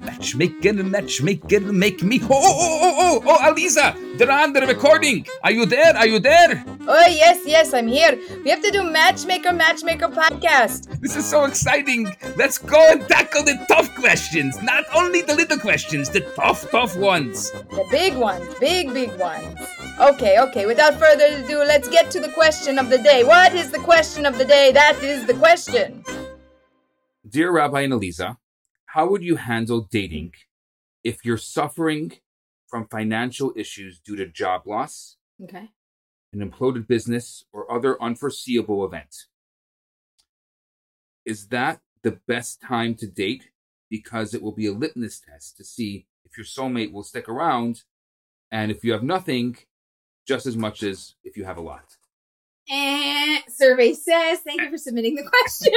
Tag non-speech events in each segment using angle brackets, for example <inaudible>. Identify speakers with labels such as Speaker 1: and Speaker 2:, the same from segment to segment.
Speaker 1: matchmaker, matchmaker, make me. Oh, oh, oh, oh, oh, oh, Aliza, they're on the recording. Are you there? Are you there?
Speaker 2: Oh, yes, yes, I'm here. We have to do Matchmaker Matchmaker podcast.
Speaker 1: This is so exciting. Let's go and tackle the tough questions. Not only the little questions, the tough, tough ones.
Speaker 2: The big ones, big, big ones. Okay, okay, without further ado, let's get to the question of the day. What is the question of the day? That is the question.
Speaker 1: Dear Rabbi and Aliza, how would you handle dating if you're suffering from financial issues due to job loss,
Speaker 2: Okay.
Speaker 1: an imploded business, or other unforeseeable event? Is that the best time to date? Because it will be a litmus test to see if your soulmate will stick around and if you have nothing just as much as if you have a lot.
Speaker 3: Eh, survey says, thank you for submitting
Speaker 2: <laughs>
Speaker 3: the question.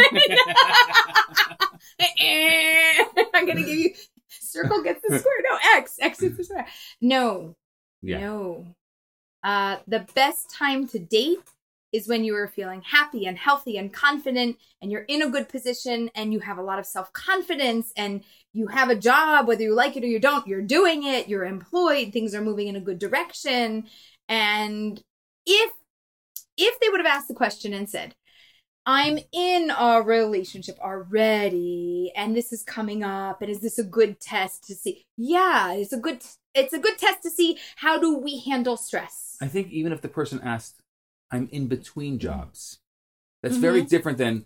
Speaker 3: Eh, I'm going to give you circle gets the square. No, X. X is the square. No,
Speaker 1: Yeah.
Speaker 3: no. Uh, the best time to date is when you are feeling happy and healthy and confident and you're in a good position and you have a lot of self confidence and you have a job, whether you like it or you don't, you're doing it, you're employed, things are moving in a good direction. And if if they would have asked the question and said, I'm in a relationship already and this is coming up and is this a good test to see? Yeah, it's a good it's a good test to see how do we handle stress.
Speaker 1: I think even if the person asked, I'm in between jobs, that's
Speaker 3: Mm-hmm.
Speaker 1: very different than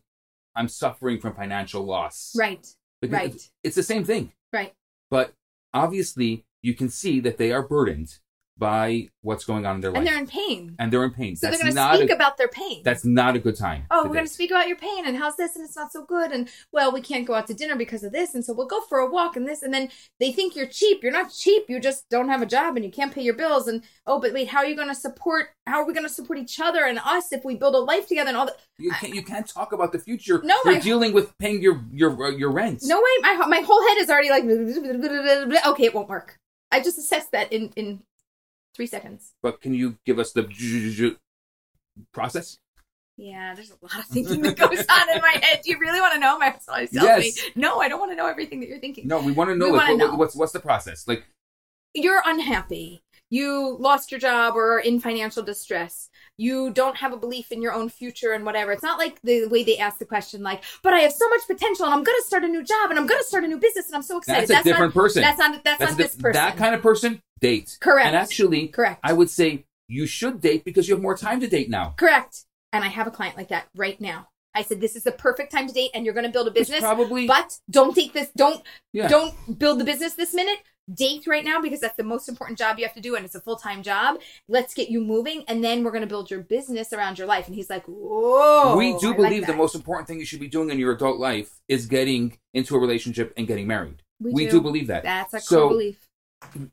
Speaker 1: I'm suffering from financial loss.
Speaker 3: Right.
Speaker 1: Because
Speaker 3: right.
Speaker 1: it's- It's the same thing.
Speaker 3: Right.
Speaker 1: But obviously, you can see that they are burdened by what's going on in their life.
Speaker 3: And they're in pain.
Speaker 1: And they're in pain.
Speaker 3: So
Speaker 1: that's
Speaker 3: they're going
Speaker 1: not
Speaker 3: to speak
Speaker 1: a,
Speaker 3: about their pain.
Speaker 1: That's not a good time.
Speaker 3: oh,
Speaker 1: to
Speaker 3: we're going
Speaker 1: date.
Speaker 3: to speak about your pain and how's this and it's not so good and well, we can't go out to dinner because of this and so we'll go for a walk and this and then they think you're cheap. You're not cheap. You just don't have a job and you can't pay your bills and oh, but wait, how are you going to support how are we going to support each other and us if we build a life together and all that?
Speaker 1: You can't, you can't talk about the future.
Speaker 3: No,
Speaker 1: You're
Speaker 3: I-
Speaker 1: dealing with paying your, your, uh, your rent.
Speaker 3: No way. My my whole head is already like okay, it won't work. I just assessed that in in 3 seconds.
Speaker 1: But can you give us the process?
Speaker 3: Yeah, there's a
Speaker 1: <laughs>
Speaker 3: lot of thinking that goes on in my head. Do you really want to know? My soul tells
Speaker 1: Yes.
Speaker 3: me, no, I don't want to know everything that you're thinking.
Speaker 1: No, we want to know,
Speaker 3: We
Speaker 1: like,
Speaker 3: wanna
Speaker 1: what-
Speaker 3: know.
Speaker 1: What's, what's the process? Like,
Speaker 3: You're unhappy. You lost your job or are in financial distress. You don't have a belief in your own future and whatever. It's not like the way they ask the question, like, but I have so much potential and I'm going to start a new job and I'm going to start a new business and I'm so excited.
Speaker 1: that's a different
Speaker 3: not,
Speaker 1: person.
Speaker 3: That's not, that's not
Speaker 1: the-
Speaker 3: this person.
Speaker 1: That kind of person, date.
Speaker 3: Correct.
Speaker 1: And actually,
Speaker 3: Correct.
Speaker 1: I would say you should date because you have more time to date now.
Speaker 3: Correct. And I have a client like that right now. I said, this is the perfect time to date and you're going to build a
Speaker 1: It's
Speaker 3: business.
Speaker 1: probably
Speaker 3: But don't take this. Don't
Speaker 1: Yeah.
Speaker 3: don't build the business this minute. Date right now because that's the most important job you have to do, and it's a full time job. Let's get you moving, and then we're going to build your business around your life. And he's like, "Whoa!"
Speaker 1: we
Speaker 3: Oh, I
Speaker 1: do
Speaker 3: like
Speaker 1: believe the
Speaker 3: that."
Speaker 1: most important thing you should be doing in your adult life is getting into a relationship and getting married.
Speaker 3: We
Speaker 1: do,
Speaker 3: do.
Speaker 1: believe that.
Speaker 3: That's a
Speaker 1: So-
Speaker 3: core belief.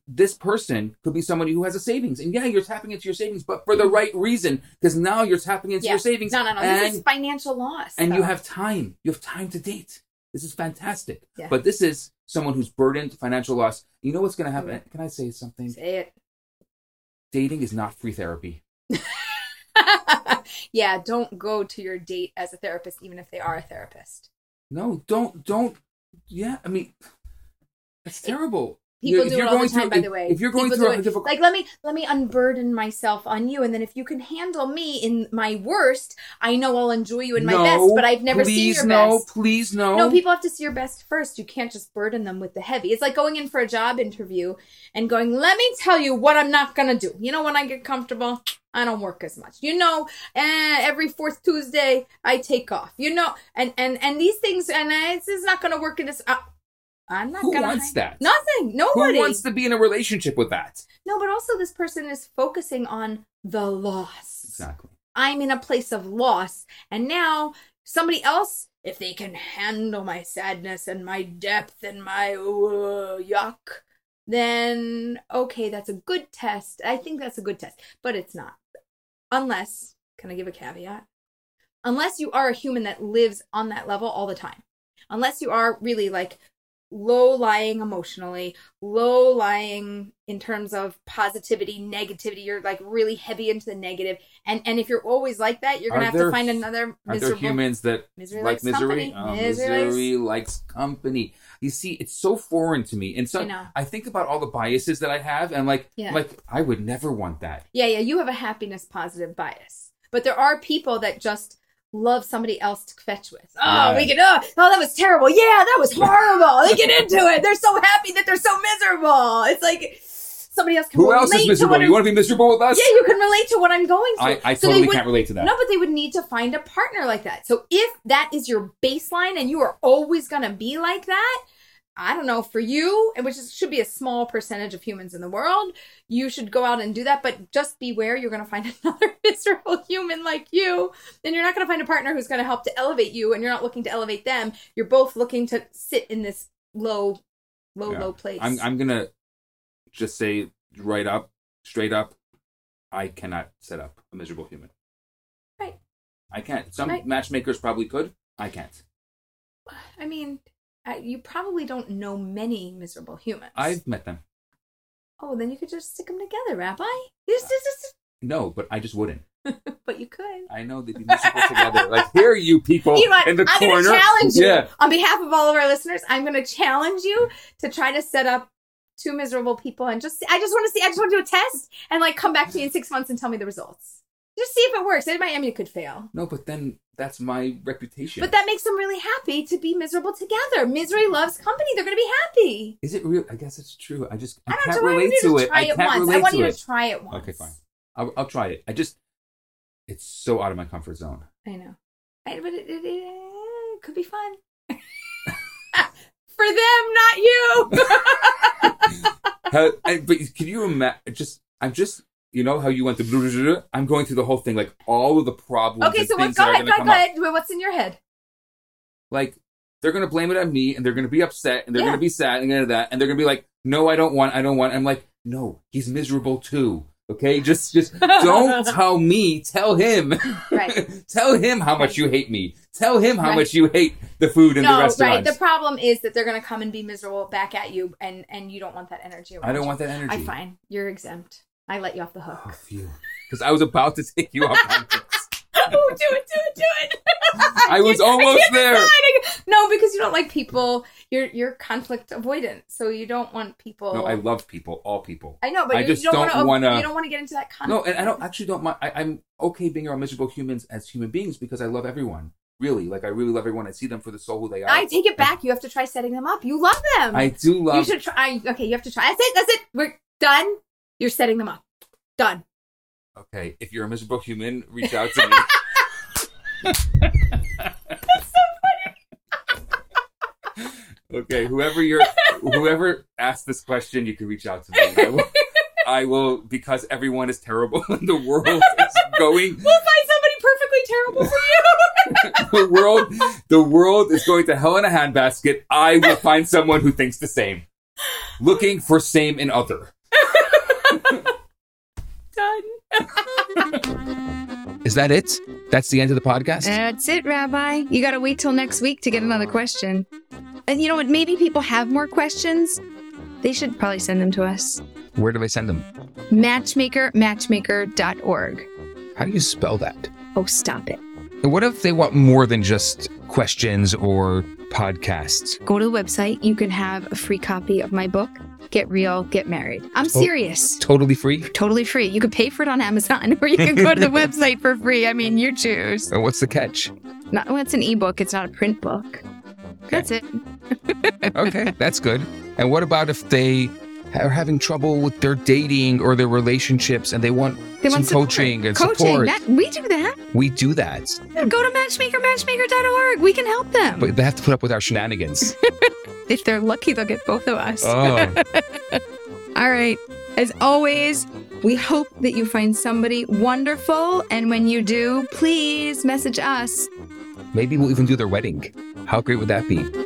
Speaker 1: This person could be somebody who has a savings, and yeah, you're tapping into your savings, but for the right reason, because now you're tapping into
Speaker 3: Mm-hmm. Yeah.
Speaker 1: your savings,
Speaker 3: No, no, no.
Speaker 1: and
Speaker 3: this is financial loss,
Speaker 1: and you
Speaker 3: though.
Speaker 1: have time. You have time to date. This is fantastic.
Speaker 3: Yeah.
Speaker 1: But this is someone who's burdened financial loss. You know what's going to happen? Can I say something?
Speaker 3: Mm-hmm. say it.
Speaker 1: Dating is not free therapy.
Speaker 3: <laughs> yeah, don't go to your date as a therapist, even if they are a therapist.
Speaker 1: No, don't, don't. Yeah, I mean, it's terrible.
Speaker 3: People
Speaker 1: If
Speaker 3: do
Speaker 1: you're
Speaker 3: it all
Speaker 1: going
Speaker 3: the time,
Speaker 1: through-
Speaker 3: by
Speaker 1: if-
Speaker 3: the way.
Speaker 1: If you're going
Speaker 3: People
Speaker 1: through
Speaker 3: do
Speaker 1: a
Speaker 3: it.
Speaker 1: difficult,
Speaker 3: like let me let me unburden myself on you, and then if you can handle me in my worst, I know I'll enjoy you in my
Speaker 1: no,
Speaker 3: best. But I've never seen
Speaker 1: please
Speaker 3: your
Speaker 1: no,
Speaker 3: best.
Speaker 1: Please no,
Speaker 3: No, people have to see your best first. You can't just burden them with the heavy. It's like going in for a job interview and going, "Let me tell you what I'm not gonna do." You know, when I get comfortable, I don't work as much. You know, eh, every fourth Tuesday I take off. You know, and and and these things, and eh, this is not gonna work in this. Uh, I'm not
Speaker 1: Who
Speaker 3: gonna.
Speaker 1: wants
Speaker 3: hire-
Speaker 1: that?
Speaker 3: Nothing.
Speaker 1: Who
Speaker 3: Nobody.
Speaker 1: wants to be in a relationship with that?
Speaker 3: No, but also this person is focusing on the loss.
Speaker 1: Exactly.
Speaker 3: I'm in a place of loss, and now somebody else, if they can handle my sadness and my depth and my uh, yuck, then okay, that's a good test. I think that's a good test, but it's not. Unless, can I give a caveat? Unless you are a human that lives on that level all the time. Unless you are really like low lying emotionally, low lying in terms of positivity, negativity, you're like really heavy into the negative. And and if you're always like that, you're gonna
Speaker 1: Are
Speaker 3: have
Speaker 1: there-
Speaker 3: to find another
Speaker 1: Are there
Speaker 3: miserable
Speaker 1: humans that
Speaker 3: Misery
Speaker 1: like
Speaker 3: likes
Speaker 1: misery?
Speaker 3: company.
Speaker 1: Oh,
Speaker 3: Misery
Speaker 1: misery likes company. You see, it's so foreign to me, and so
Speaker 3: I know.
Speaker 1: I think about all the biases that I have, and like,
Speaker 3: Yeah.
Speaker 1: like I would never want that.
Speaker 3: Yeah, yeah, you have a happiness positive bias. But there are people that just love somebody else to fetch with. Oh,
Speaker 1: Right.
Speaker 3: we can oh, oh that was terrible. Yeah, that was horrible. they get into it. They're so happy that they're so miserable. It's like somebody else can
Speaker 1: Who
Speaker 3: relate
Speaker 1: else is
Speaker 3: to
Speaker 1: miserable?
Speaker 3: what
Speaker 1: You want to be miserable with
Speaker 3: I'm-
Speaker 1: us?
Speaker 3: Yeah, you can relate to what I'm going through.
Speaker 1: I, I
Speaker 3: So they
Speaker 1: totally
Speaker 3: would-
Speaker 1: can't relate to that.
Speaker 3: No, but they would need to find a partner like that. So if that is your baseline and you are always going to be like that, I don't know for you, and which is, should be a small percentage of humans in the world, you should go out and do that. But just beware, you're going to find <laughs> another miserable human like you, and you're not going to find a partner who's going to help to elevate you, and you're not looking to elevate them. You're both looking to sit in this low, low,
Speaker 1: Yeah.
Speaker 3: low place.
Speaker 1: I'm I'm gonna just say right up, straight up, I cannot set up a miserable human.
Speaker 3: Right.
Speaker 1: I can't. Some
Speaker 3: Right.
Speaker 1: matchmakers probably could. I can't.
Speaker 3: I mean, I, you probably don't know many miserable humans.
Speaker 1: I've met them.
Speaker 3: Oh, then you could just stick them together, Rabbi. This, this, this.
Speaker 1: No, but I just wouldn't.
Speaker 3: But you could.
Speaker 1: I know
Speaker 3: <laughs>
Speaker 1: they'd be miserable together. Like here, you people
Speaker 3: You know what?
Speaker 1: Oh, in the
Speaker 3: I'm
Speaker 1: corner.
Speaker 3: gonna challenge you
Speaker 1: Yeah.
Speaker 3: on behalf of all of our listeners. I'm gonna challenge you to try to set up two miserable people and just. I just want to see. I just want to do a test and like come back to you in six months and tell me the results. Just see if it works. It might. I mean, it could fail,
Speaker 1: No, but then that's my reputation.
Speaker 3: but that makes them really happy to be miserable together. Misery loves company. They're gonna be happy.
Speaker 1: Is it real? I guess it's true. I just I,
Speaker 3: I don't
Speaker 1: can't
Speaker 3: know. I want
Speaker 1: relate
Speaker 3: you
Speaker 1: to it.
Speaker 3: Try
Speaker 1: I
Speaker 3: it
Speaker 1: can't
Speaker 3: once.
Speaker 1: relate
Speaker 3: I want
Speaker 1: to
Speaker 3: you
Speaker 1: it.
Speaker 3: to try it once.
Speaker 1: Okay, fine. I'll, I'll try it. I just it's so out of my comfort zone.
Speaker 3: I know. I, but it, it, it could be fun. <laughs> For them,
Speaker 1: <laughs>
Speaker 3: not you.
Speaker 1: How, I, but can you imagine? Just I'm just you know how you went to blah, blah, blah, blah? I'm going through the whole thing like all of the problems.
Speaker 3: okay,
Speaker 1: and
Speaker 3: so what,
Speaker 1: things
Speaker 3: go
Speaker 1: that are
Speaker 3: ahead, go
Speaker 1: gonna come
Speaker 3: ahead, go
Speaker 1: up.
Speaker 3: ahead. Wait, What's in your head?
Speaker 1: Like they're gonna blame it on me, and they're gonna be upset, and they're
Speaker 3: Yeah.
Speaker 1: gonna be sad, and gonna that, and they're gonna be like, "No, I don't want. I don't want." I'm like, "No, he's miserable too." Okay, just
Speaker 3: <laughs>
Speaker 1: just don't tell me. Tell him. <laughs>
Speaker 3: Right.
Speaker 1: tell him how much you hate me. Tell him how
Speaker 3: Right.
Speaker 1: much you hate the food in the
Speaker 3: no, right.
Speaker 1: restaurant.
Speaker 3: The problem is that they're going to come and be miserable back at you, and and you don't want that energy. Around
Speaker 1: I don't
Speaker 3: you.
Speaker 1: want that energy.
Speaker 3: I fine. You're exempt. I let you off the
Speaker 1: <sighs>
Speaker 3: hook. <laughs>
Speaker 1: Because I was about to <laughs> take you off. on this.
Speaker 3: oh, do it, do it, do it.
Speaker 1: <laughs> I was
Speaker 3: can't- <laughs> I
Speaker 1: almost
Speaker 3: can't
Speaker 1: there.
Speaker 3: decide. No, because you don't like people. You're you're conflict avoidant, so you don't want people.
Speaker 1: No, I love people, all people.
Speaker 3: I know, but
Speaker 1: I
Speaker 3: you,
Speaker 1: just
Speaker 3: you don't,
Speaker 1: don't
Speaker 3: want to.
Speaker 1: wanna-
Speaker 3: You don't want to get into that conflict.
Speaker 1: No, and I don't actually don't mind. I, I'm okay being around miserable humans as human beings because I love everyone. Really, like I really love everyone. I see them for the soul who they are.
Speaker 3: I take it back. You have to try setting them up. You love them.
Speaker 1: I do love.
Speaker 3: You should try. Okay, you have to try. That's it. That's it. We're done. You're setting them up.
Speaker 1: <laughs>
Speaker 3: Done.
Speaker 1: Okay, if you're a miserable human, reach out
Speaker 3: <laughs>
Speaker 1: to me. Okay, whoever you're, whoever asked this question, you can reach out to me. I will, I will because everyone is terrible <laughs> in the world. It's going
Speaker 3: We'll find somebody perfectly terrible for you. <laughs>
Speaker 1: the world the world is going to hell in a handbasket. I will find someone who thinks the same. Looking for same in other.
Speaker 3: done.
Speaker 1: Is that it? That's the end of the podcast?
Speaker 4: That's it, Rabbi. You gotta wait till next week to get another question. And you know what? Maybe people have more questions. They should probably send them to us.
Speaker 1: Where do I send them?
Speaker 4: Matchmaker, matchmaker.org.
Speaker 1: How do you spell that?
Speaker 4: Oh, stop it.
Speaker 1: And what if they want more than just questions or podcasts?
Speaker 4: Go to the website. You can have a free copy of my book, Get Real, Get Married.
Speaker 1: Oh.
Speaker 4: I'm serious.
Speaker 1: Totally free?
Speaker 4: Totally free. You could pay for it on Amazon <laughs> or you could go
Speaker 1: <laughs>
Speaker 4: to the website for free. I mean, you choose.
Speaker 1: And what's the catch?
Speaker 4: Not, well, it's an ebook, it's not a print book. That's it.
Speaker 1: okay, that's good. And what about if they are having trouble with their dating or their relationships and they want
Speaker 4: They
Speaker 1: some
Speaker 4: want support.
Speaker 1: coaching and
Speaker 4: coaching.
Speaker 1: support?
Speaker 4: That, we do that.
Speaker 1: we do that.
Speaker 4: Go to matchmaker, matchmaker.org. We can help them.
Speaker 1: But they have to put up with our shenanigans.
Speaker 4: If they're lucky, they'll get both of us.
Speaker 1: oh.
Speaker 4: All right. As always, we hope that you find somebody wonderful. And when you do, please message us.
Speaker 1: Maybe we'll even do their wedding. How great would that be?